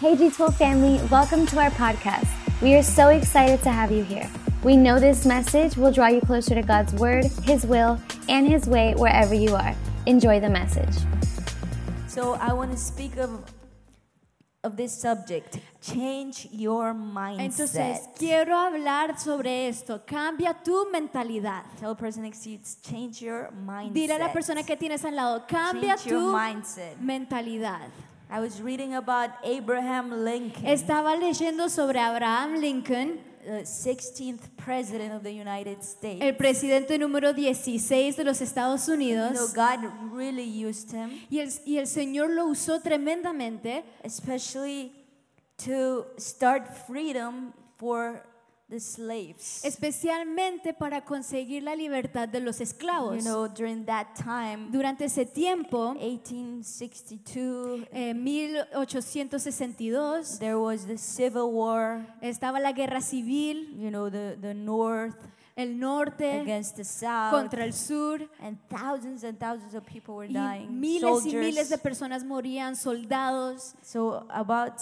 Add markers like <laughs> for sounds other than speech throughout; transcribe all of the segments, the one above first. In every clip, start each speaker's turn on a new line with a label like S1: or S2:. S1: Hey, G-Tool family, welcome to our podcast. We are so excited to have you here. We know this message will draw you closer to God's Word, His will, and His way wherever you are. Enjoy the message.
S2: So I want to speak of of this subject. Change your mindset.
S3: Entonces, quiero hablar sobre esto. Cambia tu mentalidad.
S2: Tell a person next to you, it's change your mindset.
S3: Dile a la persona que tienes al lado, cambia
S2: Change your
S3: tu
S2: mindset.
S3: mentalidad.
S2: I was reading about Abraham Lincoln,
S3: Estaba leyendo sobre Abraham Lincoln,
S2: the 16th president of the United States.
S3: el presidente número 16 de los Estados
S2: You know,
S3: Unidos,
S2: God really used him,
S3: y el, y el Señor lo usó tremendamente,
S2: especially to start freedom for the slaves.
S3: especialmente para conseguir la libertad de los
S2: you
S3: esclavos.
S2: know, eh, during that time,
S3: Durante ese tiempo,
S2: 1862,
S3: eh, 1862,
S2: there was the Civil War.
S3: estaba la guerra civil,
S2: You know, the, the North
S3: el norte
S2: against the South.
S3: Eh, contra el sur.
S2: and thousands and thousands of people were
S3: Y
S2: dying.
S3: miles
S2: soldiers.
S3: y miles de personas morían, soldados.
S2: so about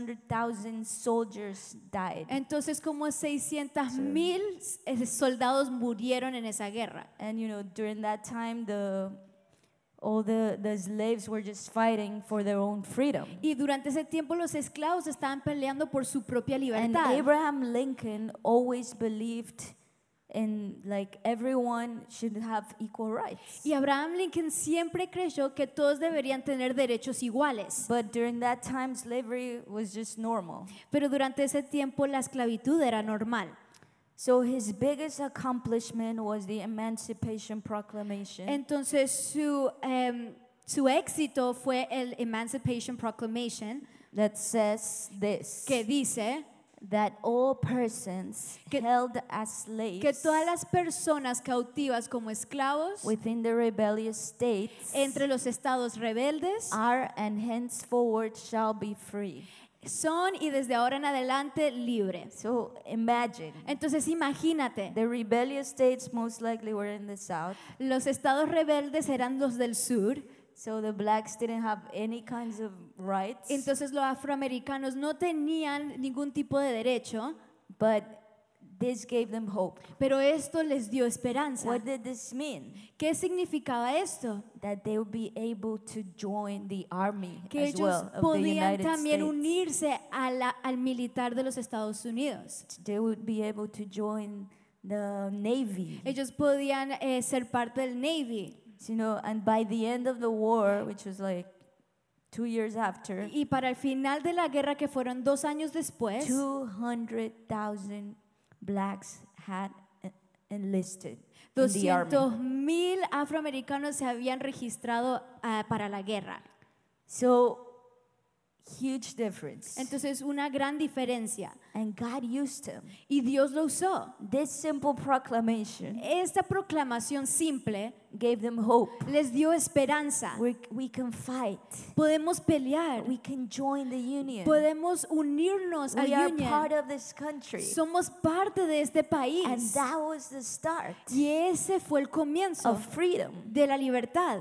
S2: 600,000 soldiers died.
S3: Entonces como 600 mil eh, soldados murieron en esa guerra.
S2: and you know, during that time, the all the, the slaves were just fighting for their own freedom.
S3: Y durante ese tiempo los esclavos estaban peleando por su propia
S2: And
S3: libertad.
S2: Abraham Lincoln always believed in like everyone should have equal rights.
S3: Y Abraham Lincoln siempre creyó que todos deberían tener derechos iguales.
S2: But during that time, slavery was just normal.
S3: Pero durante ese tiempo la esclavitud era normal.
S2: So his biggest accomplishment was the Emancipation Proclamation.
S3: Entonces su, em, su éxito fue el Emancipation Proclamation,
S2: that says this
S3: que dice
S2: that all persons
S3: Que-
S2: held as slaves
S3: que todas las personas cautivas como esclavos
S2: within the rebellious states
S3: entre los estados rebeldes
S2: are and henceforward shall be free.
S3: son y desde ahora en adelante libres.
S2: So imagine
S3: Entonces imagínate,
S2: the rebellious states most likely were in the south.
S3: los estados rebeldes eran los del sur,
S2: So the blacks didn't have any kinds of rights,
S3: entonces los afroamericanos no tenían ningún tipo de derecho,
S2: but this gave them hope.
S3: pero esto les dio esperanza.
S2: What did this mean?
S3: ¿Qué significaba esto?
S2: That they would be able to join the army
S3: Que
S2: as
S3: ellos
S2: well of the
S3: podían
S2: United
S3: también
S2: States.
S3: unirse a la- al militar de los Estados Unidos.
S2: they would be able to join the navy.
S3: Ellos podían eh, ser parte del Navy.
S2: You know, and by the end of the war, which was like two years after,
S3: Y para el final de la guerra, que fueron dos años después,
S2: two hundred thousand blacks had en- enlisted in the army.
S3: 200 mil afroamericanos se habían registrado ah, para la guerra.
S2: So huge difference.
S3: Entonces, una gran diferencia.
S2: and God used him.
S3: Y Dios lo usó.
S2: This simple proclamation
S3: Esta proclamación simple
S2: gave them hope.
S3: les dio esperanza.
S2: we we can fight.
S3: Podemos pelear.
S2: We can join the union.
S3: Podemos unirnos al
S2: we are part
S3: Union.
S2: of this country.
S3: Somos parte de este
S2: And
S3: país.
S2: that was the start
S3: Y ese fue el comienzo
S2: of freedom.
S3: de la libertad.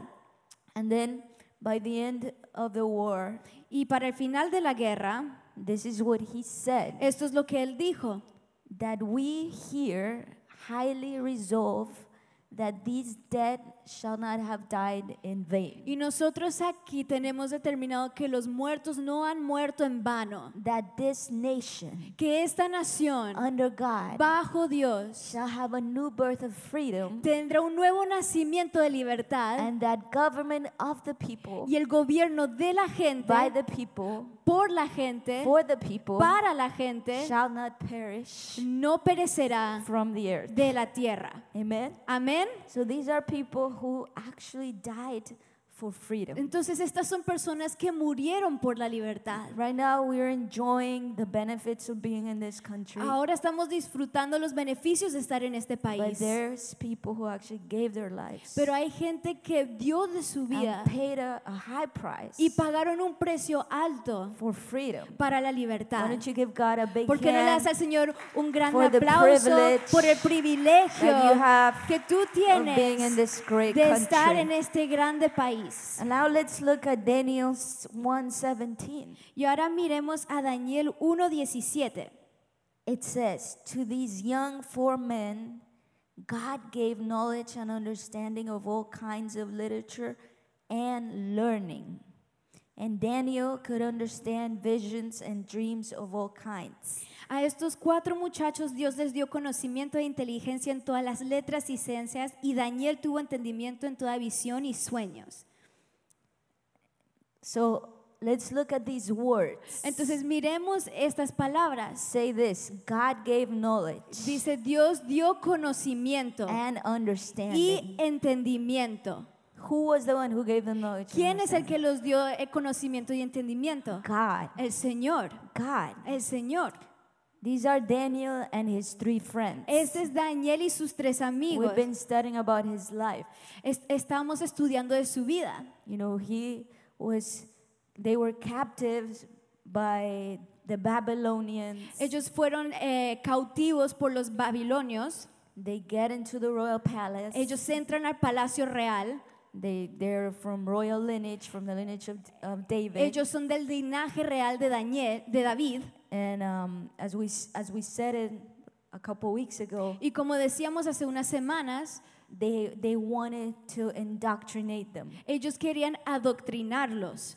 S2: And then by the end of the war,
S3: Y para el final de la guerra,
S2: this is what he said
S3: esto es lo que él dijo.
S2: that we here highly resolve that these dead shall not have died in vain,
S3: Y nosotros aquí tenemos determinado que los muertos no han muerto en vano,
S2: that this nation
S3: que esta nación
S2: under God
S3: bajo Dios
S2: shall have a new birth of freedom,
S3: tendrá un nuevo nacimiento de libertad
S2: and that government of the people,
S3: y el gobierno de la
S2: by
S3: gente,
S2: the people,
S3: por la gente,
S2: for the people,
S3: para la gente,
S2: shall not perish
S3: no perecerá
S2: from the earth.
S3: de la tierra.
S2: Amen.
S3: Amén.
S2: So these are people who actually died for freedom.
S3: Entonces estas son personas que murieron por la libertad.
S2: Right now, we're enjoying the benefits of being in this country.
S3: Ahora estamos disfrutando los beneficios de estar en este
S2: But
S3: país.
S2: there's people who actually gave their lives
S3: Pero hay gente que dio de su vida
S2: and paid a, a high price
S3: y pagaron un precio alto
S2: for freedom.
S3: para la libertad.
S2: Why don't you give God a big
S3: ¿Por qué no le das
S2: hand
S3: al Señor un gran
S2: for the
S3: aplauso
S2: privilege
S3: por el privilegio
S2: that you have
S3: que tú
S2: of being in
S3: tienes
S2: this great
S3: de estar
S2: country?
S3: en este grande país? país.
S2: And now let's look at Daniel 1:17.
S3: Y ahora miremos a Daniel 1.17.
S2: It says, "To these young four men, God gave knowledge and understanding of all kinds of literature and learning." And Daniel could understand visions and dreams of all kinds.
S3: A estos cuatro muchachos Dios les dio conocimiento e inteligencia en todas las letras y ciencias y Daniel tuvo entendimiento en toda visión y sueños.
S2: So let's look at these words.
S3: Entonces miremos estas palabras.
S2: Say this God gave knowledge
S3: Dice Dios dio conocimiento
S2: and
S3: y
S2: understanding.
S3: entendimiento.
S2: Who was the one who gave them knowledge? and
S3: ¿Quién es el
S2: understanding?
S3: que los dio eh, conocimiento y entendimiento?
S2: God.
S3: El Señor.
S2: God.
S3: El Señor.
S2: These are Daniel and his three friends.
S3: Este es Daniel y sus tres amigos.
S2: We've been studying about his life.
S3: Es- estamos estudiando de su vida.
S2: You know, he was, they were captives by the Babylonians.
S3: Ellos fueron eh, cautivos por los babilonios.
S2: They get into the royal palace.
S3: Ellos entran al palacio real.
S2: They, they're from royal lineage, from the lineage of, of David.
S3: Ellos son del linaje real de, Daniel, de David.
S2: and um, as, we, s- as we said it a couple weeks ago,
S3: Y como decíamos hace unas semanas,
S2: they, they wanted to indoctrinate them,
S3: ellos querían adoctrinarlos,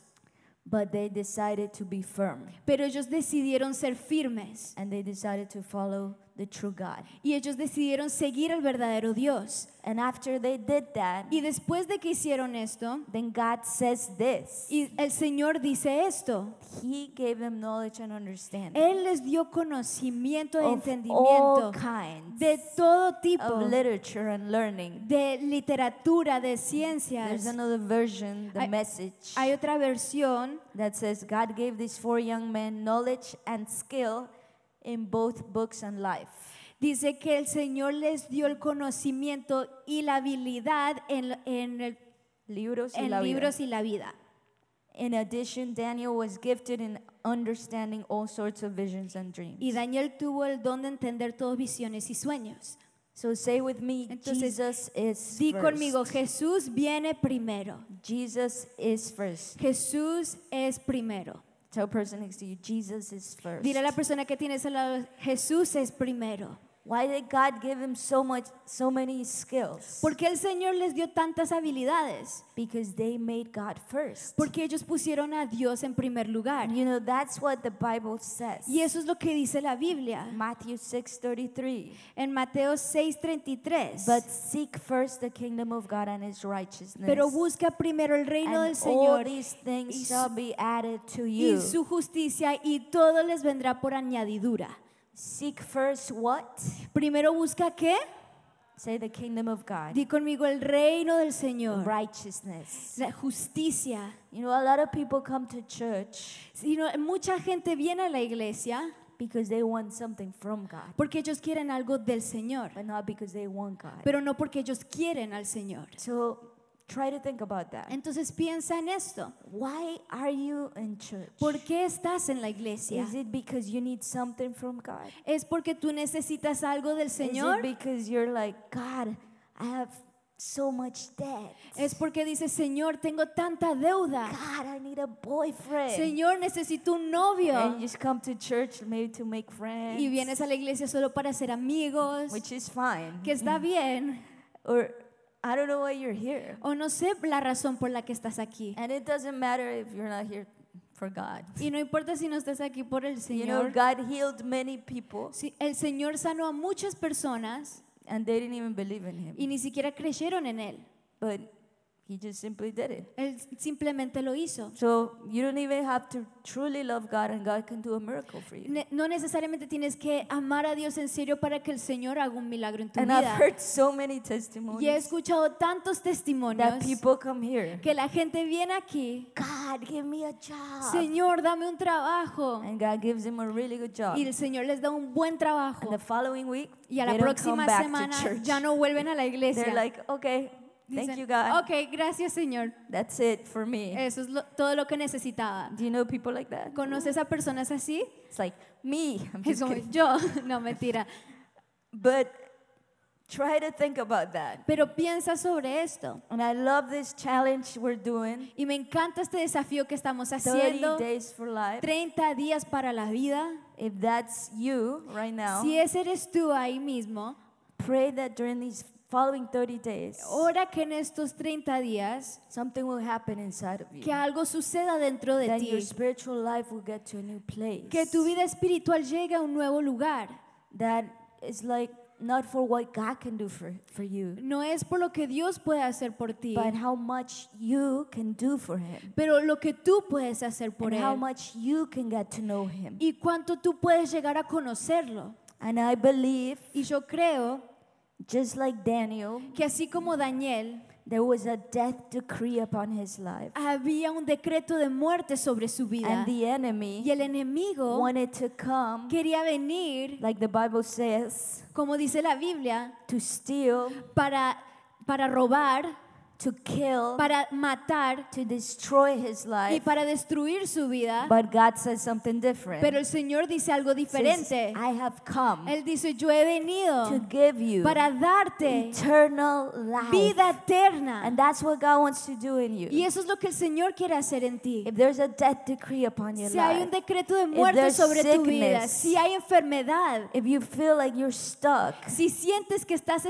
S2: but they decided to be firm.
S3: pero ellos decidieron ser firmes
S2: And they decided to follow the true God.
S3: y ellos decidieron seguir al verdadero Dios.
S2: And after they did that,
S3: Y después de que hicieron esto,
S2: then God says this.
S3: y el Señor dice esto,
S2: He gave them knowledge and understanding
S3: Él les dio conocimiento e
S2: of all
S3: entendimiento
S2: kinds
S3: de todo tipo,
S2: of literature and learning.
S3: de literatura, de
S2: There's
S3: ciencias.
S2: another version, the
S3: Hay-
S2: message,
S3: Hay otra versión
S2: that says God gave these four young men knowledge and skill in both books and life.
S3: Dice que el Señor les dio el conocimiento y la habilidad en, en el-
S2: Libros y
S3: en
S2: la vida.
S3: libros y la vida.
S2: In addition, Daniel was gifted in understanding all sorts of visions and
S3: Y
S2: dreams.
S3: Daniel tuvo el don de entender todas visiones y sueños.
S2: So say with me,
S3: Entonces,
S2: Jesus is
S3: Di
S2: first.
S3: conmigo, Jesús viene primero.
S2: Jesus is first.
S3: Jesús es primero.
S2: Tell person next to you, Jesus is first.
S3: Dile a la persona que tienes al lado, Jesús es primero.
S2: Why did God give him so much, so many skills?
S3: Porque el Señor les dio tantas habilidades.
S2: because they made God first.
S3: Porque ellos pusieron a Dios en primer lugar.
S2: you know that's what the Bible says.
S3: Y eso es lo que dice la Biblia
S2: Matthew six thirty three.
S3: en Mateo 6:33.
S2: But seek first the kingdom of God and His righteousness.
S3: Pero busca primero el reino
S2: and all
S3: del Señor
S2: these things
S3: y su-
S2: shall be added to you.
S3: y su justicia y todo les vendrá por añadidura.
S2: seek first what?
S3: Primero busca qué?
S2: Say the kingdom of God.
S3: Di conmigo el reino del Señor,
S2: righteousness.
S3: la justicia.
S2: You know, a lot of people come to church
S3: Sino mucha gente viene a la iglesia
S2: because they want something from God,
S3: porque ellos quieren algo del Señor,
S2: but not because they want God.
S3: pero no porque ellos quieren al Señor.
S2: So try to think about that.
S3: Entonces piensa en esto.
S2: Why are you in church?
S3: ¿Por qué estás en la iglesia?
S2: Is it because you need something from God?
S3: ¿Es porque tú necesitas algo del
S2: Is it
S3: Señor?
S2: because you're like, God, I have so much debt.
S3: ¿Es porque dices, Señor, tengo tanta deuda?
S2: God, I need a boyfriend.
S3: Señor, necesito un
S2: And
S3: novio.
S2: you just come to church maybe to make friends,
S3: Y vienes a la iglesia solo para ser amigos,
S2: which Mm-hmm. is fine.
S3: que está bien.
S2: Or I don't know why you're here.
S3: O no sé la razón por la que estás aquí.
S2: And it doesn't matter if you're not here for God.
S3: Y no importa si no estás aquí por el
S2: You know,
S3: Señor.
S2: God healed many people
S3: Sí, El Señor sanó a muchas personas
S2: and they didn't even believe in him.
S3: y ni siquiera creyeron en Él.
S2: But he just simply did it.
S3: Él simplemente lo hizo.
S2: So you don't even have to truly love God and God can do a miracle for you.
S3: Ne- No necesariamente tienes que amar a Dios en serio para que el Señor haga un milagro en tu
S2: And I've
S3: vida.
S2: heard so many
S3: Y he
S2: testimonies
S3: escuchado tantos
S2: that
S3: testimonios
S2: people come here.
S3: que la gente viene aquí,
S2: God, give me a job.
S3: Señor, dame un trabajo.
S2: And God gives them a really good job.
S3: Y el Señor les da un buen
S2: And
S3: trabajo.
S2: the following week,
S3: Y a
S2: they
S3: la
S2: don't come
S3: próxima
S2: back
S3: semana
S2: to church.
S3: ya no vuelven a la iglesia.
S2: They're like, okay, thank
S3: Dicen,
S2: you, God.
S3: Ok, gracias Señor.
S2: That's it for me.
S3: Eso es lo- todo lo que necesitaba.
S2: Do you know people like that?
S3: ¿Conoces a personas así?
S2: It's like me. <laughs> I'm
S3: Es <laughs>
S2: just
S3: como
S2: kidding.
S3: yo. No, mentira.
S2: But Try to think about that.
S3: Pero piensa sobre esto.
S2: And I love this challenge we're doing
S3: Y me encanta este desafío que estamos
S2: 30
S3: haciendo.
S2: days for life.
S3: 30 días para la vida.
S2: If that's you right now,
S3: Si ese eres tú ahí mismo,
S2: pray that during these following 30 days,
S3: ora que en estos 30 días
S2: something will happen inside of you.
S3: que algo suceda dentro de
S2: That
S3: ti.
S2: your spiritual life will get to a new place.
S3: Que tu vida espiritual llegue a un nuevo lugar.
S2: That is like not for what God can do for, for you,
S3: No es por lo que Dios puede hacer por ti,
S2: but how much you can do for Him.
S3: pero lo que tú puedes hacer por
S2: and how
S3: Él.
S2: much you can get to know Him.
S3: Y cuánto tú puedes llegar a conocerlo.
S2: And I believe,
S3: Y yo creo
S2: just like Daniel,
S3: que así como Daniel,
S2: there was a death decree upon his life.
S3: había un decreto de muerte sobre su vida.
S2: And the
S3: Y
S2: enemy
S3: el enemigo
S2: wanted to come,
S3: quería venir,
S2: like the Bible says,
S3: como dice la Biblia,
S2: to steal,
S3: para, para robar,
S2: to kill,
S3: para matar
S2: to destroy his
S3: y
S2: life.
S3: para destruir su vida.
S2: But God says something different.
S3: Pero el Señor dice algo
S2: Says,
S3: diferente.
S2: I have come
S3: Él dice, yo he
S2: to
S3: venido
S2: give you
S3: para darte
S2: eternal life.
S3: vida eterna.
S2: And that's what God wants to do in you.
S3: Y eso es lo que el Señor quiere hacer en ti.
S2: If there's a death decree upon your
S3: Si hay
S2: life,
S3: un decreto de
S2: If
S3: muerte
S2: there's
S3: sobre tu vida,
S2: sickness.
S3: si hay enfermedad,
S2: if you feel like you're stuck,
S3: si sientes que estás
S2: you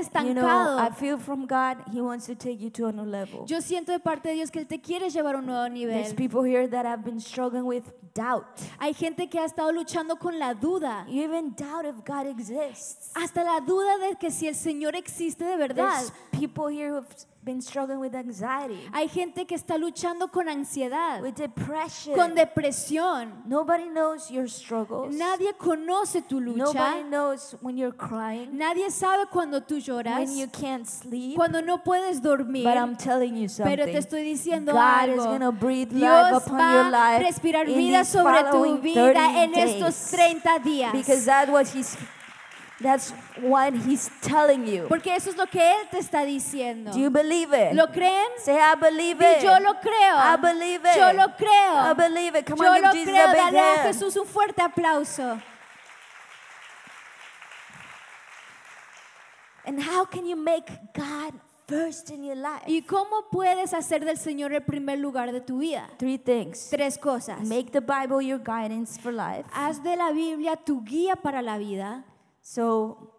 S2: know, I
S3: estancado,
S2: feel from God, He wants to take you to a new level.
S3: yo siento de parte de Dios que Él te quiere llevar a un nuevo
S2: There's
S3: nivel.
S2: people here that have been struggling with doubt.
S3: Hay gente que ha estado luchando con la duda,
S2: You even doubt if God exists.
S3: hasta la duda de que si el Señor existe de verdad. Ah.
S2: There's people here who've been struggling with anxiety,
S3: Hay gente que está luchando con ansiedad,
S2: with depression.
S3: con depresión.
S2: Nobody knows your struggles.
S3: Nadie conoce tu lucha.
S2: Nobody knows when you're crying,
S3: Nadie sabe cuando tú lloras,
S2: when you can't sleep.
S3: cuando no puedes dormir.
S2: But I'm telling you something.
S3: Pero te estoy diciendo
S2: God is
S3: algo.
S2: gonna breathe life
S3: Dios
S2: upon your
S3: va a
S2: life
S3: respirar
S2: in
S3: vida
S2: these
S3: sobre tu
S2: following
S3: vida
S2: 30
S3: en estos
S2: days.
S3: 30 días.
S2: Because that's what he's that's what he's telling you.
S3: Porque eso es lo que Él te está diciendo.
S2: Do you believe it?
S3: ¿Lo creen?
S2: Say I believe
S3: Di,
S2: it.
S3: yo lo creo.
S2: I believe it.
S3: Yo lo creo.
S2: I believe it. Come
S3: Yo
S2: on, give
S3: lo
S2: Jesus
S3: creo.
S2: a big
S3: Dale a
S2: hand.
S3: Jesús un fuerte aplauso.
S2: And how can you make God first in your life?
S3: ¿Y cómo puedes hacer del Señor el primer lugar de tu vida?
S2: Three things.
S3: Tres cosas.
S2: Make the Bible your guidance for life.
S3: Haz de la Biblia tu guía para la vida.
S2: So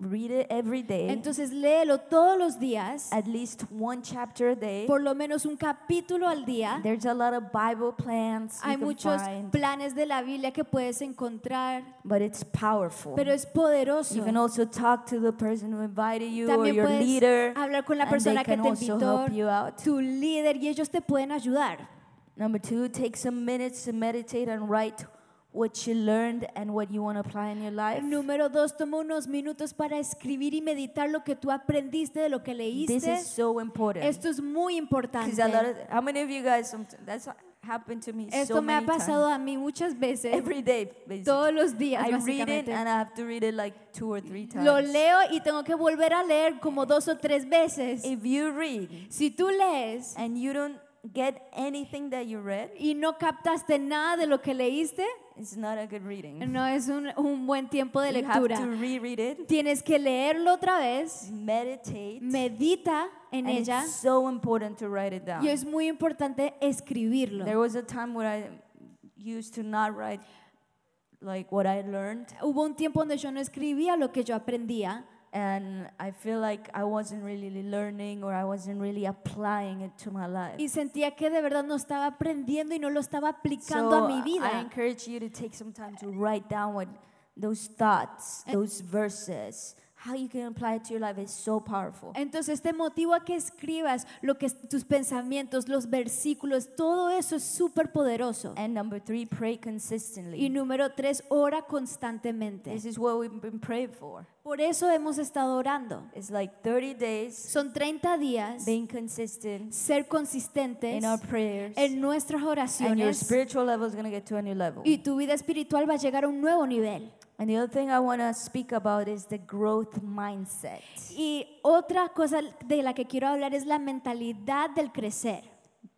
S2: read it every day.
S3: Entonces léelo todos los días,
S2: at least one chapter a day.
S3: por lo menos un capítulo al día.
S2: There's a lot of Bible plans you
S3: Hay
S2: can
S3: muchos
S2: find,
S3: planes de la Biblia que puedes encontrar,
S2: but it's powerful.
S3: pero es
S2: You
S3: poderoso.
S2: can also talk to the person who invited you or
S3: También
S2: your
S3: puedes
S2: leader.
S3: hablar con la
S2: and they
S3: persona que
S2: can
S3: te
S2: also
S3: invitó,
S2: help you out.
S3: tu líder, y ellos te pueden ayudar.
S2: Number two, take some minutes to meditate and write what you learned and what you want to apply in your life.
S3: Número dos, toma unos minutos para escribir y meditar lo que tú aprendiste de lo que
S2: This
S3: leíste.
S2: is so important.
S3: Esto es muy
S2: Because a lot
S3: importante.
S2: of how many of you guys somet- that's happened to me so
S3: Esto me ha
S2: many
S3: pasado
S2: times.
S3: a mí muchas veces, <laughs>
S2: Every day, basically.
S3: todos los días,
S2: I read it
S3: básicamente.
S2: and I have to read it like two or three times.
S3: Lo leo y tengo que volver a leer como dos o tres veces.
S2: If you read
S3: Si tú lees
S2: and you don't get anything that you read,
S3: y no captaste nada de lo que leíste,
S2: it's not a good reading.
S3: no es un, un buen tiempo de
S2: You have
S3: lectura.
S2: to reread it,
S3: Tienes que leerlo otra vez,
S2: meditate,
S3: medita en
S2: and
S3: ella
S2: it's so important to write it down.
S3: y es muy importante escribirlo.
S2: There was a time where I used to not write like what I learned,
S3: Hubo un tiempo donde yo no escribía lo que yo aprendía
S2: and I feel like I wasn't really learning or I wasn't really applying it to my life.
S3: y sentía que de verdad no estaba aprendiendo y no lo estaba aplicando
S2: So
S3: a mi
S2: I
S3: vida.
S2: encourage you to take some time to write down what those thoughts,
S3: Eh.
S2: those verses, how you can apply it to your life is so powerful.
S3: Entonces te motivo a que escribas lo que es- tus pensamientos, los versículos, todo eso es súper poderoso.
S2: And number three, pray
S3: Y
S2: consistently.
S3: número tres, ora constantemente.
S2: This is what we've been praying for.
S3: Por eso hemos estado orando.
S2: It's like 30 days
S3: Son 30 días
S2: being consistent
S3: ser consistentes
S2: in our prayers,
S3: en nuestras
S2: and your
S3: oraciones
S2: spiritual level is going to get to a new level.
S3: y tu vida espiritual va a llegar a un nuevo nivel.
S2: And the other thing I want to speak about is the growth mindset.
S3: Y otra cosa de la que quiero hablar es la mentalidad del crecer,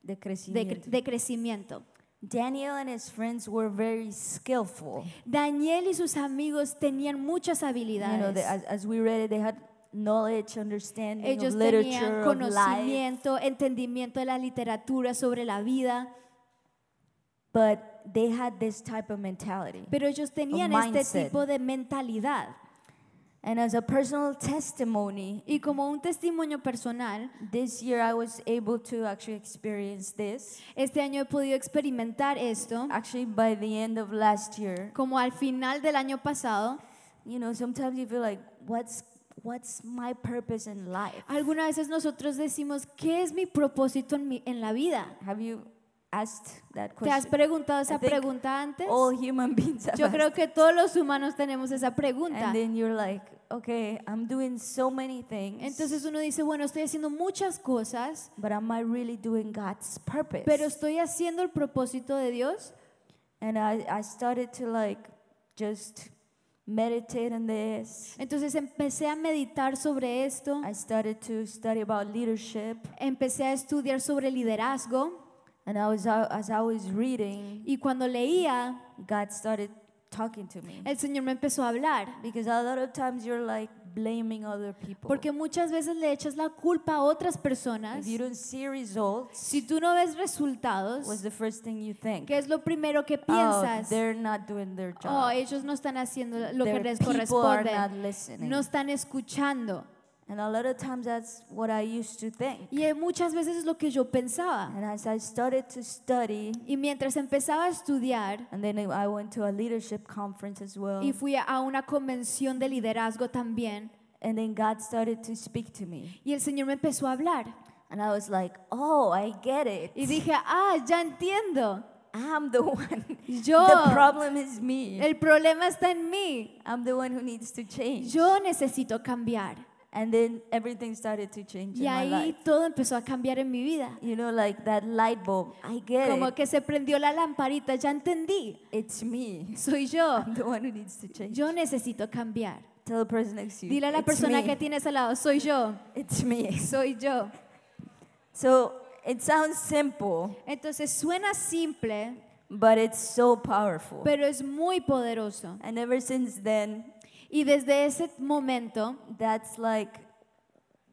S2: The
S3: de, cre-
S2: crecimiento.
S3: de crecimiento.
S2: Daniel and his friends were very skillful.
S3: Daniel y sus amigos tenían muchas
S2: You know,
S3: habilidades.
S2: they- as, as we read it, they had knowledge, understanding
S3: Ellos
S2: of literature,
S3: tenían
S2: of life.
S3: conocimiento, entendimiento de la literatura sobre la vida,
S2: But they had this type of mentality.
S3: pero ellos tenían este
S2: mindset.
S3: tipo de mentalidad.
S2: And as a personal testimony,
S3: Y como un testimonio personal,
S2: this year I was able to actually experience this.
S3: este año he podido experimentar esto.
S2: Actually, by the end of last year,
S3: Como al final del año pasado,
S2: you know, sometimes you feel like, what's what's my purpose in life?
S3: algunas veces nosotros decimos, ¿qué es mi propósito en, mi- en la vida?
S2: Have you asked that
S3: ¿Te has
S2: question?
S3: preguntado esa
S2: I think
S3: pregunta antes?
S2: All human beings have
S3: Yo
S2: asked
S3: creo que todos los humanos tenemos esa pregunta.
S2: And then you're like, okay, I'm doing so many things,
S3: Entonces uno dice, bueno, estoy haciendo muchas cosas,
S2: but am I really doing God's purpose?
S3: pero estoy haciendo el propósito de Dios.
S2: and I, I started to like just meditate on this.
S3: Entonces empecé a meditar sobre esto,
S2: I started to study about leadership,
S3: empecé a estudiar sobre liderazgo
S2: and I was out, as I was reading,
S3: y cuando leía,
S2: God started talking to me.
S3: el Señor me empezó a hablar.
S2: Because a lot of times you're like blaming other people.
S3: Porque muchas veces le echas la culpa a otras personas.
S2: if you don't see results,
S3: Si tú no ves resultados,
S2: was the first thing you think?
S3: ¿qué es lo primero que
S2: Oh,
S3: piensas?
S2: they're not doing their
S3: Oh,
S2: job.
S3: ellos no están haciendo lo que
S2: Their
S3: les
S2: people are not
S3: corresponde.
S2: listening.
S3: No están escuchando.
S2: And a lot of times that's what I used to think.
S3: Y eh, muchas veces es lo que yo pensaba.
S2: And as I started to study,
S3: Y mientras empezaba a estudiar
S2: and then I went to a leadership conference as well,
S3: y fui a- a una convención de liderazgo también,
S2: and then God started to speak to me.
S3: y el Señor me empezó a hablar.
S2: And I was like, oh, I get it.
S3: Y dije, ah, ya entiendo.
S2: I'm the <laughs> one.
S3: Yo.
S2: The problem is me.
S3: El problema está en mí.
S2: I'm the one who needs to change.
S3: Yo necesito cambiar.
S2: And then everything started to change
S3: Y
S2: in my
S3: ahí
S2: life.
S3: todo empezó a cambiar en mi vida.
S2: You know, like that light bulb. I get
S3: Como
S2: it.
S3: que se prendió la lamparita, ya entendí.
S2: It's me.
S3: Soy yo.
S2: I'm the one who needs to change.
S3: Yo necesito cambiar.
S2: Tell the person next to you.
S3: Dile a la
S2: "It's
S3: persona
S2: me.
S3: que tienes al lado, soy yo.
S2: It's me.
S3: Soy yo.
S2: So it sounds simple.
S3: Entonces suena simple,
S2: but it's so powerful.
S3: pero es muy poderoso.
S2: and ever since then,
S3: Y desde ese momento,
S2: that's like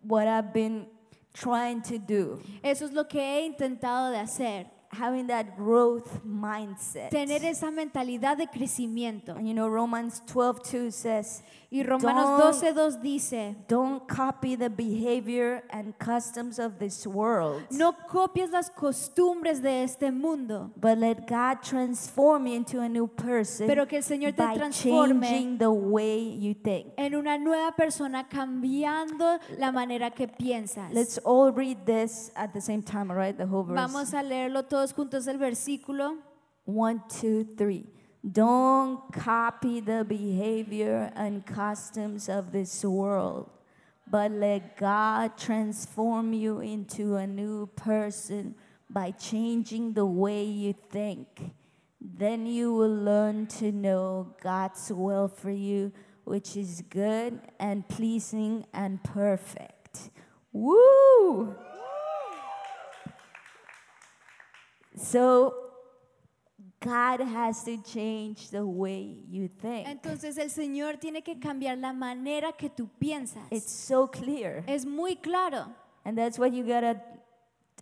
S2: what I've been trying to do.
S3: eso es lo que he intentado de hacer.
S2: Having that growth mindset.
S3: Tener esa mentalidad de crecimiento.
S2: and you know, Romans 12 2 says,
S3: Y Romanos
S2: Don't-
S3: 12.2 dice,
S2: Don't copy the behavior and customs of this world,
S3: no copies las costumbres de este mundo,
S2: but let God transform you into a new person
S3: pero que el Señor te
S2: by
S3: transforme
S2: changing the way you think.
S3: en una nueva persona cambiando la manera que piensas.
S2: Let's all read this at the same time, all right? The whole verse.
S3: Vamos a leerlo todos juntos el versículo.
S2: One, two, three. Don't copy the behavior and customs of this world, but let God transform you into a new person by changing the way you think. Then you will learn to know God's will for you, which is good and pleasing and perfect. Woo! So, God has to change the way you think.
S3: Entonces el Señor tiene que cambiar la manera que tú piensas.
S2: It's so clear.
S3: Es muy claro.
S2: And that's what you gotta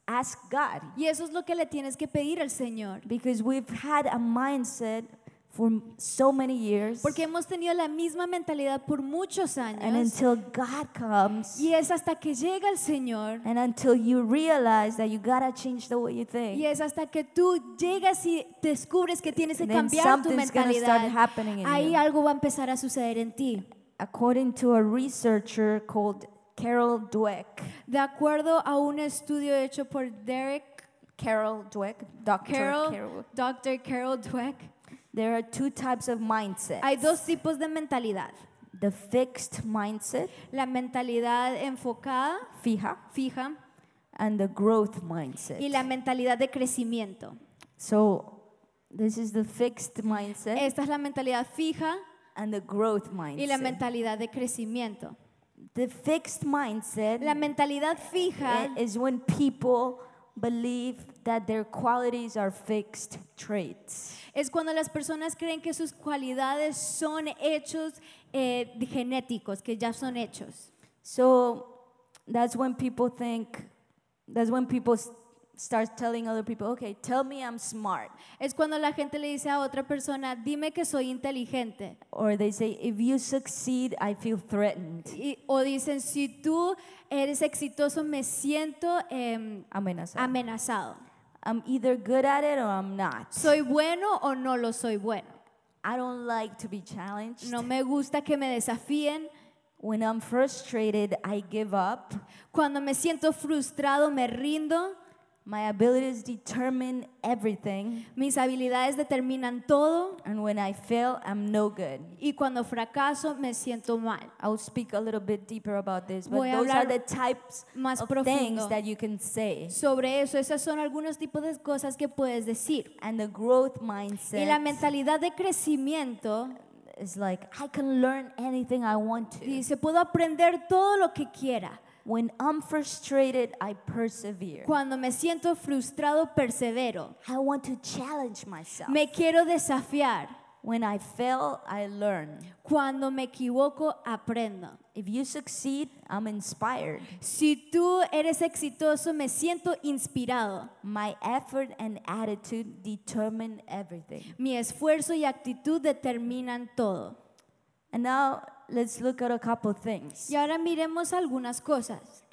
S2: ask God.
S3: Y eso es lo que le tienes que pedir al Señor.
S2: Because we've had a mindset for m- so many years.
S3: Porque hemos tenido la misma mentalidad por muchos
S2: And
S3: años.
S2: until God comes,
S3: Y es hasta que llega el Señor.
S2: and until you realize that you gotta change the way you
S3: Y
S2: think,
S3: es hasta que tú llegas y descubres que tienes que
S2: Then
S3: cambiar tu
S2: something's gonna start
S3: mentalidad.
S2: happening in
S3: Ahí
S2: you.
S3: algo va a empezar a suceder en ti.
S2: According to a researcher called Carol Dweck,
S3: De acuerdo a un estudio hecho por Derek
S2: Carol Dweck, Dr.
S3: Carroll, Dr. Carol Dweck,
S2: there are two types of mindset.
S3: hay dos tipos de mentalidad.
S2: the fixed mindset,
S3: La mentalidad enfocada,
S2: fija,
S3: fija,
S2: and the growth mindset.
S3: y la mentalidad de crecimiento.
S2: So this is the fixed mindset
S3: Esta es la mentalidad fija
S2: and the growth
S3: y la
S2: mindset.
S3: mentalidad de crecimiento.
S2: The fixed mindset
S3: La mentalidad
S2: i-
S3: fija
S2: is when people believe that their qualities are fixed traits.
S3: es cuando las personas creen que sus cualidades son hechos eh, genéticos, que ya son hechos.
S2: So that's when people think, that's when people s- start telling other people, okay, tell me I'm smart.
S3: Es cuando la gente le dice a otra persona, dime que soy inteligente.
S2: Or they say, if you succeed, I feel threatened.
S3: Y- o dicen, si tú eres exitoso, me siento em,
S2: Amenazado.
S3: amenazado.
S2: I'm either good at it or I'm not.
S3: ¿Soy bueno o no lo soy bueno?
S2: I don't like to be challenged.
S3: No me gusta que me desafíen.
S2: When I'm frustrated, I give up.
S3: Cuando me siento frustrado, me rindo.
S2: My abilities determine everything.
S3: Mis habilidades determinan todo.
S2: And when I fail, I'm no good.
S3: Y cuando fracaso, me siento mal.
S2: I'll speak a little bit deeper about this, but
S3: Voy a
S2: those
S3: hablar
S2: are the types
S3: más
S2: of things
S3: profundo.
S2: that you can say.
S3: Sobre eso, esos son algunos tipos de cosas que puedes decir.
S2: And the growth
S3: Y la
S2: mindset
S3: mentalidad de crecimiento
S2: is like, I can learn anything I want to.
S3: dice, puedo aprender todo lo que quiera.
S2: When I'm frustrated, I persevere.
S3: Cuando me siento frustrado, persevero.
S2: I want to challenge myself.
S3: Me quiero desafiar.
S2: When I fail, I learn.
S3: Cuando me equivoco, aprendo.
S2: If you succeed, I'm inspired.
S3: Si tú eres exitoso, me siento inspirado.
S2: My effort and attitude determine everything.
S3: Mi esfuerzo y actitud determinan todo.
S2: And now let's look at a couple things.
S3: Y ahora miremos algunas cosas.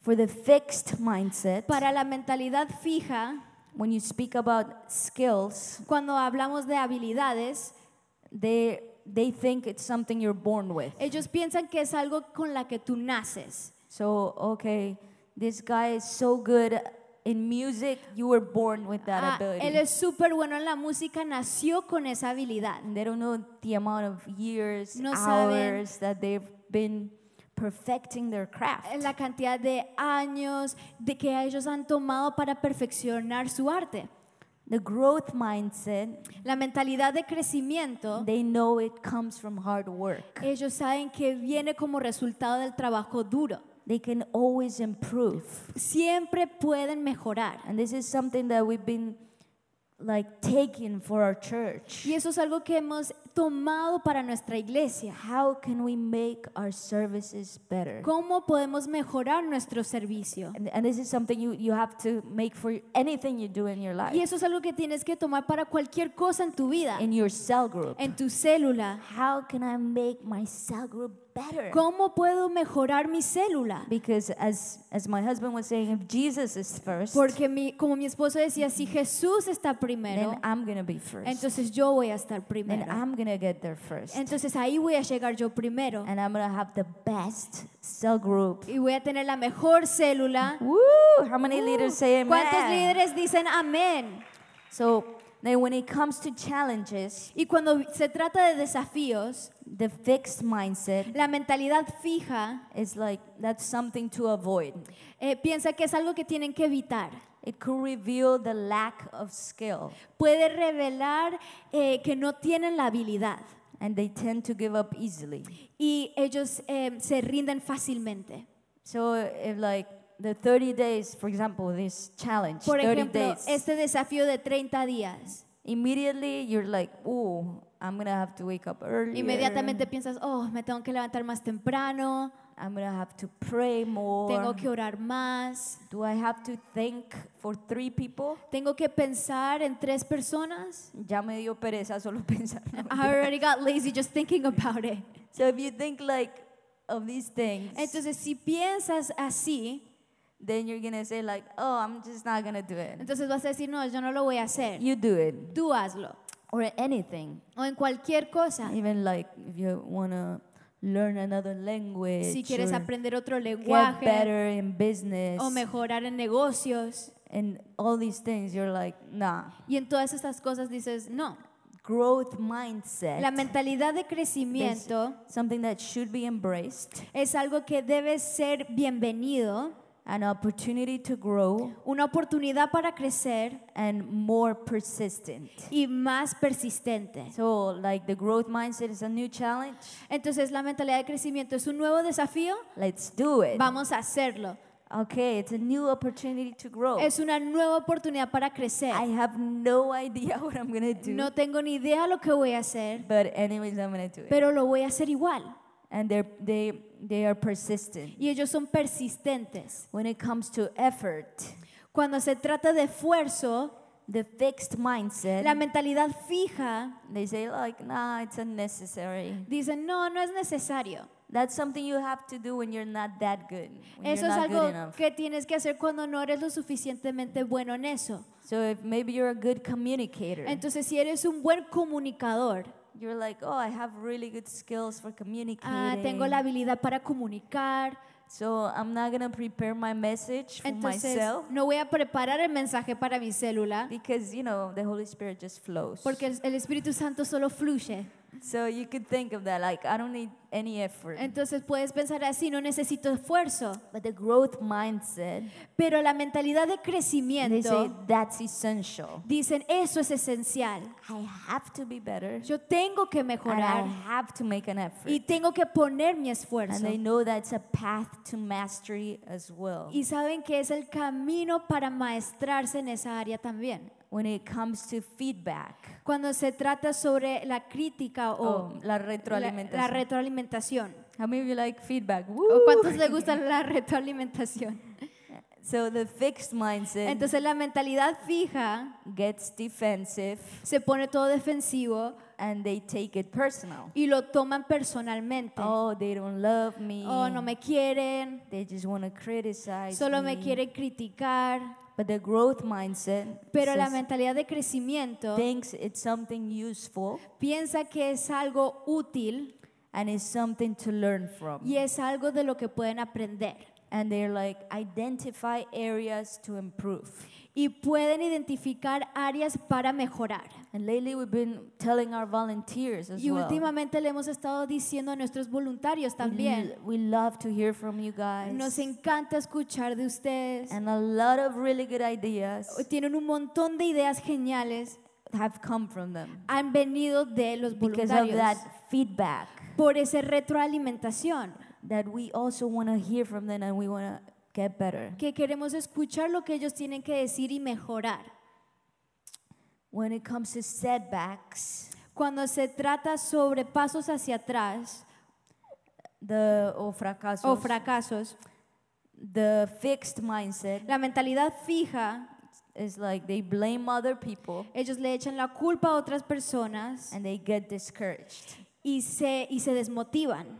S2: For the fixed mindset,
S3: Para la mentalidad fija,
S2: when you speak about skills,
S3: cuando hablamos de habilidades,
S2: they they think it's something you're born with.
S3: ellos piensan que es algo con la que tú naces.
S2: So, okay, this guy is so good in music, you were born with that
S3: Ah,
S2: ability.
S3: él es súper bueno en la música, nació con esa habilidad.
S2: And they don't know the amount of years,
S3: No saben.
S2: hours that they've been perfecting their craft.
S3: Eh, La cantidad de años de que ellos han tomado para perfeccionar su arte.
S2: The growth mindset,
S3: La mentalidad de crecimiento,
S2: they know it comes from hard work.
S3: ellos saben que viene como resultado del trabajo duro.
S2: They can always improve.
S3: Siempre pueden mejorar.
S2: And this is something that we've been like taking for our church.
S3: Y eso es algo que hemos tomado para nuestra iglesia.
S2: How can we make our services better?
S3: ¿Cómo podemos mejorar nuestro servicio?
S2: And, and this is something you, you have to make for anything you do in your life,
S3: Y eso es algo que tienes que tomar para cualquier cosa en tu vida,
S2: in your cell group.
S3: en tu célula.
S2: How can I make my cell group better?
S3: ¿Cómo puedo mejorar mi célula?
S2: Because as as my husband was saying, if Jesus is first,
S3: Porque mi- como mi esposo decía, si Jesús está primero,
S2: then I'm gonna be first.
S3: entonces yo voy a estar
S2: Then
S3: primero.
S2: I'm gonna get there first,
S3: Entonces ahí voy a llegar yo primero.
S2: and I'm gonna have the best cell group.
S3: Y voy a tener la mejor célula.
S2: Woo! How many leaders say amen?
S3: ¿Cuántos líderes dicen amén?
S2: So then, when it comes to challenges,
S3: Y cuando se trata de desafíos,
S2: the fixed mindset
S3: la mentalidad fija
S2: is like that's something to avoid.
S3: eh, piensa que es algo que tienen que evitar.
S2: It could reveal the lack of skill,
S3: Puede revelar eh, que no tienen la habilidad
S2: and they tend to give up easily.
S3: y ellos eh, se rinden fácilmente.
S2: So if like the 30 days, for example, this challenge,
S3: Por
S2: 30
S3: ejemplo,
S2: days,
S3: este desafío de 30 días.
S2: immediately you're like, ooh, I'm gonna have to wake up early.
S3: Inmediatamente piensas, oh, me tengo que levantar más temprano,
S2: I'm gonna have to pray more.
S3: tengo que orar más,
S2: Do I have to think for three people?
S3: tengo que pensar en
S2: <laughs>
S3: tres personas.
S2: Ya me dio pereza solo <laughs> pensar. No,
S3: I already got lazy just thinking about it.
S2: so if you think like of these things,
S3: Entonces, si piensas así,
S2: then you're gonna say like, oh, I'm just not gonna do it.
S3: entonces vas a decir, no, yo no lo voy a hacer.
S2: You do it
S3: Tú hazlo.
S2: or anything.
S3: O en cualquier cosa.
S2: Even like if you wanna learn another language.
S3: Si quieres
S2: or-
S3: aprender otro
S2: get
S3: lenguaje
S2: better in business
S3: o mejorar en negocios.
S2: and all these things you're like nah
S3: Y en todas estas cosas dices, no.
S2: growth mindset
S3: La mentalidad de
S2: is
S3: crecimiento
S2: something that should be embraced
S3: es algo que debe ser bienvenido,
S2: an opportunity to grow
S3: una oportunidad para crecer
S2: and more persistent
S3: y más persistente.
S2: so like the growth mindset is a new challenge
S3: Entonces la mentalidad de crecimiento es un nuevo desafío,
S2: let's do it
S3: vamos a hacerlo.
S2: okay it's a new opportunity to grow
S3: Es una nueva oportunidad para crecer.
S2: i have no idea <laughs> what i'm gonna do
S3: No tengo ni idea lo que voy a hacer,
S2: but anyways i'm gonna do it
S3: pero lo voy a hacer igual.
S2: and they're, they, they are persistent.
S3: y ellos son persistentes.
S2: When it comes to effort,
S3: Cuando se trata de esfuerzo,
S2: the fixed mindset,
S3: la mentalidad fija
S2: they say, like, nah, it's unnecessary.
S3: dice, no, no es necesario.
S2: That's something you have to do when you're not that good. When
S3: Eso
S2: you're
S3: es
S2: not good
S3: algo
S2: enough.
S3: que tienes que hacer cuando no eres lo suficientemente bueno en eso.
S2: So if maybe you're a good communicator,
S3: Entonces, si eres un buen comunicador,
S2: you're like, oh, I have really good skills for communicating.
S3: ah, tengo la habilidad para comunicar,
S2: so I'm not gonna prepare my message for
S3: entonces
S2: myself
S3: no voy a preparar el mensaje para mi célula
S2: because you know the Holy Spirit just flows.
S3: porque el- el Espíritu Santo solo fluye.
S2: so you could think of that like I don't need any effort.
S3: Entonces puedes pensar así, no necesito esfuerzo,
S2: but the growth mindset,
S3: pero la mentalidad de
S2: they say
S3: crecimiento
S2: that's essential.
S3: dicen, eso es esencial.
S2: I have to be better,
S3: Yo tengo que
S2: and I
S3: mejorar
S2: have to make an effort.
S3: y tengo que poner mi esfuerzo.
S2: and they know that's a path to mastery as well.
S3: Y saben que es el camino para maestrarse en esa área también.
S2: when it comes to feedback,
S3: Cuando se trata sobre la crítica o
S2: oh, la
S3: la,
S2: retroalimentación.
S3: la retroalimentación.
S2: How many of you like feedback?
S3: ¿O
S2: Woo!
S3: cuántos les gusta la retroalimentación?
S2: So the fixed mindset
S3: Entonces la mentalidad fija
S2: gets defensive
S3: se pone todo defensivo
S2: and they take it personal.
S3: y lo toman personalmente.
S2: Oh, they don't love me.
S3: Oh, no me quieren,
S2: They just want to criticize
S3: solo
S2: me.
S3: me quieren criticar.
S2: But the growth mindset
S3: Pero la
S2: says-
S3: mentalidad de crecimiento
S2: thinks it's something useful
S3: piensa que es algo útil
S2: and it's something to learn from.
S3: y es algo de lo que pueden aprender.
S2: And they're like identify areas to improve.
S3: y pueden identificar áreas para mejorar.
S2: And lately we've been telling our volunteers as
S3: Y
S2: well.
S3: últimamente le hemos estado diciendo a nuestros voluntarios
S2: We
S3: también,
S2: l- We love to hear from you guys.
S3: nos encanta escuchar de ustedes.
S2: and a lot of really good ideas
S3: Tienen un montón de ideas geniales,
S2: have come from them
S3: han venido de los
S2: because of
S3: voluntarios
S2: that feedback
S3: por esa retroalimentación,
S2: that we also want to hear from them and we want to get better.
S3: que queremos escuchar lo que ellos tienen que decir y mejorar.
S2: When it comes to setbacks,
S3: Cuando se trata sobre pasos hacia atrás
S2: the o fracasos,
S3: o fracasos,
S2: the fixed mindset
S3: la mentalidad fija,
S2: is like they blame other people
S3: ellos le echan la culpa a otras personas.
S2: and they get discouraged.
S3: y se, y se desmotivan.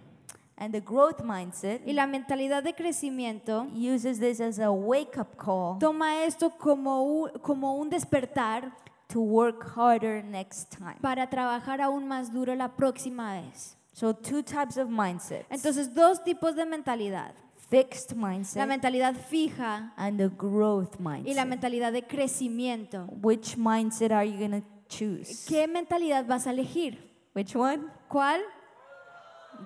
S2: And the growth
S3: Y
S2: mindset
S3: la mentalidad de crecimiento
S2: uses this as a wake-up call
S3: toma esto como un, como un despertar
S2: to work harder next time.
S3: para trabajar aún más duro la próxima vez.
S2: So two types of mindsets.
S3: Entonces, dos tipos de mentalidad.
S2: fixed
S3: La
S2: mindset
S3: mentalidad fija
S2: and the growth
S3: y la
S2: mindset.
S3: mentalidad de crecimiento.
S2: Which mindset are you going to choose?
S3: ¿Qué mentalidad vas a elegir?
S2: Which one?
S3: ¿Cuál?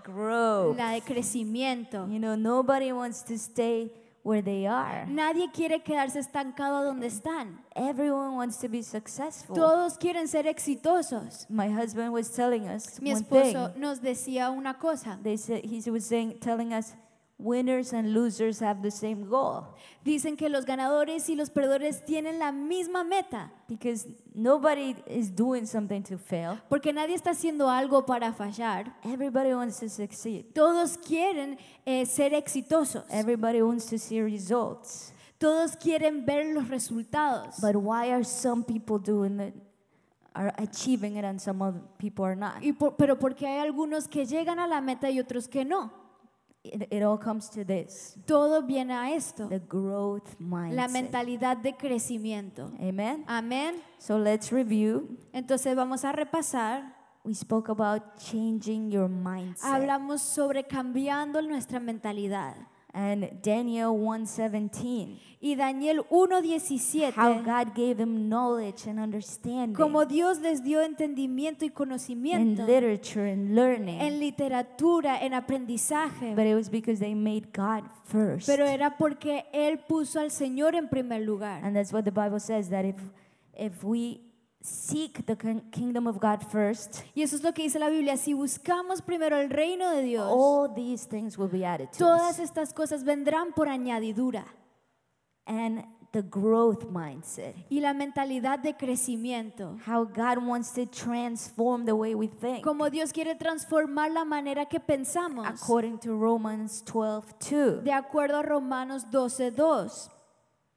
S2: Grow.
S3: La de crecimiento.
S2: You know, nobody wants to stay where they are.
S3: Nadie quiere quedarse estancado donde están.
S2: Everyone wants to be successful.
S3: Todos quieren ser exitosos.
S2: My husband was telling us
S3: Mi
S2: one thing.
S3: esposo nos decía una cosa.
S2: They said he was saying telling us winners and losers have the same goal
S3: Dicen que los ganadores y los perdedores tienen la misma meta,
S2: because nobody is doing something to fail.
S3: porque nadie está haciendo algo para fallar.
S2: Everybody wants to succeed.
S3: Todos quieren eh, ser exitosos,
S2: Everybody wants to see results.
S3: todos quieren ver los resultados.
S2: But why are some people doing it, are achieving it, and some other people are not?
S3: Y por- pero porque hay algunos que llegan a la meta y otros que no.
S2: It, it all comes to this
S3: Todo viene a esto,
S2: the growth
S3: la
S2: mindset.
S3: mentalidad de crecimiento.
S2: Amen.
S3: Amén.
S2: So let's review.
S3: Entonces vamos a repasar.
S2: We spoke about changing your mindset.
S3: Hablamos sobre cambiando nuestra mentalidad.
S2: And Daniel 117,
S3: Y Daniel 1.17.
S2: how God gave him knowledge and understanding
S3: Como Dios les dio entendimiento y
S2: in
S3: conocimiento
S2: literature and learning.
S3: en literatura, en aprendizaje,
S2: But it was because they made God first.
S3: pero era porque Él puso al Señor en primer lugar.
S2: And that's what the Bible says that if if we seek the kin- kingdom of God first,
S3: Y eso es lo que dice la Biblia. Si buscamos primero el reino de Dios,
S2: all these things will be added to us.
S3: todas estas cosas vendrán por añadidura.
S2: And the growth mindset.
S3: y la mentalidad de crecimiento.
S2: How God wants to transform the way we think.
S3: Como Dios quiere transformar la manera que pensamos.
S2: According to Romans 12, 2.
S3: De acuerdo a Romanos 12:2.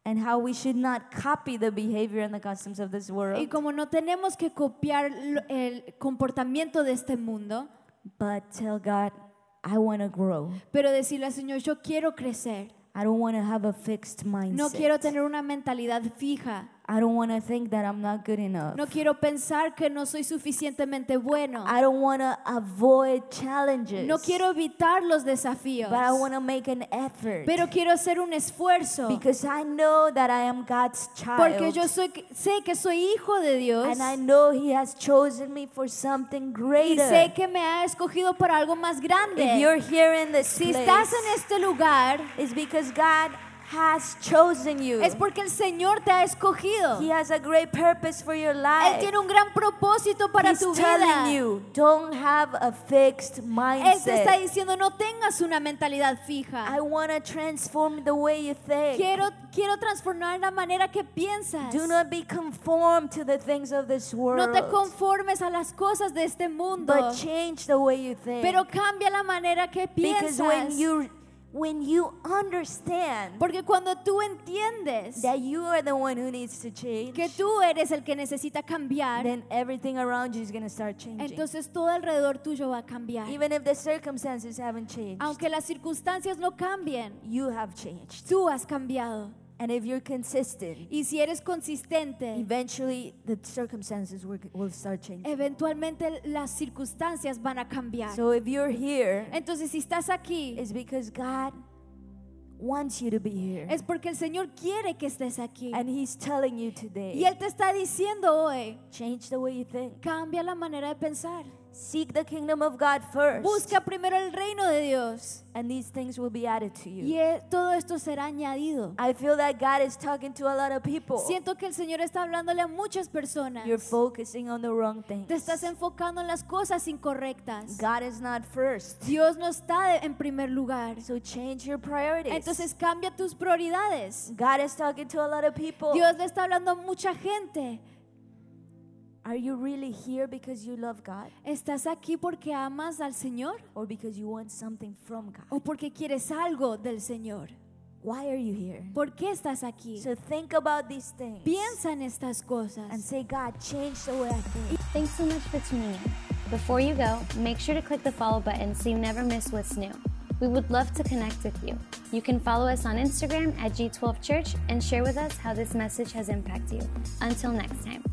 S2: And how we should not copy the behavior and the customs of this
S3: Y
S2: world,
S3: como no tenemos que copiar lo- el comportamiento de este mundo,
S2: but tell God, I want to grow.
S3: pero decirle al Señor, yo quiero crecer.
S2: I don't want to have a fixed mindset.
S3: No quiero tener una mentalidad fija.
S2: I don't want to think that I'm not good enough.
S3: No quiero pensar que no soy suficientemente bueno.
S2: I don't want to avoid challenges.
S3: No quiero evitar los desafíos.
S2: But I want to make an effort.
S3: Pero quiero hacer un esfuerzo.
S2: because I know that I am God's child.
S3: Porque yo soy, sé que soy hijo de Dios.
S2: and I know He has chosen me for something
S3: Y
S2: greater.
S3: sé que me ha escogido para algo más
S2: if
S3: grande.
S2: you're here in this
S3: Si
S2: place,
S3: estás en este lugar,
S2: it's because God has chosen you.
S3: es porque el Señor te ha escogido.
S2: he has a great purpose for your
S3: Él
S2: life.
S3: tiene un gran propósito para
S2: He's
S3: tu vida.
S2: telling you, don't have a fixed
S3: Él te está
S2: mindset.
S3: diciendo, no tengas una mentalidad fija.
S2: I want to transform the way you think.
S3: Quiero, quiero transformar la manera que piensas.
S2: Eh, Do not be conformed to the things of this world.
S3: No te conformes a las cosas de este mundo,
S2: but change the way you think.
S3: pero cambia la manera que
S2: because
S3: piensas.
S2: when you when you understand
S3: Porque cuando tú entiendes
S2: that you are the one who needs to change,
S3: que tú eres el que necesita cambiar,
S2: then everything around you is going to start changing.
S3: entonces todo alrededor tuyo va a cambiar.
S2: Even if the circumstances haven't changed,
S3: Aunque las circunstancias no cambien,
S2: you have changed.
S3: tú has cambiado.
S2: And if you're consistent,
S3: Y si eres consistente,
S2: eventually the circumstances will, will start changing.
S3: eventualmente las circunstancias van a cambiar.
S2: So if you're here,
S3: Entonces, si estás aquí,
S2: it's because God wants you to be here.
S3: es porque el Señor quiere que estés aquí.
S2: And He's telling you today.
S3: Y Él te está diciendo hoy,
S2: Change the way you think.
S3: cambia la manera de pensar.
S2: Seek the kingdom of God first.
S3: Busca primero el reino de Dios
S2: And these things will be added to you.
S3: y eh, todo esto será añadido.
S2: I feel that God is talking to a lot of people.
S3: Siento que el Señor está hablándole a muchas personas.
S2: You're focusing on the wrong
S3: Te estás
S2: things.
S3: enfocando en las cosas incorrectas.
S2: God is not first.
S3: Dios no está de- en primer lugar.
S2: So change your priorities.
S3: Entonces cambia tus prioridades.
S2: God is talking to a lot of people.
S3: Dios le está hablando a mucha gente.
S2: Are you really here because you love God
S3: ¿Estás aquí porque amas al Señor
S2: or because you want something from God?
S3: o porque quieres algo del Señor?
S2: Why are you here?
S3: ¿Por qué estás aquí?
S2: So think about these things
S3: Piensa en estas
S2: and
S3: cosas.
S2: say, God, change the way I think.
S1: Thanks so much for tuning in. Before you go, make sure to click the follow button so you never miss what's new. We would love to connect with you. You can follow us on Instagram at G12Church and share with us how this message has impacted you. Until next time.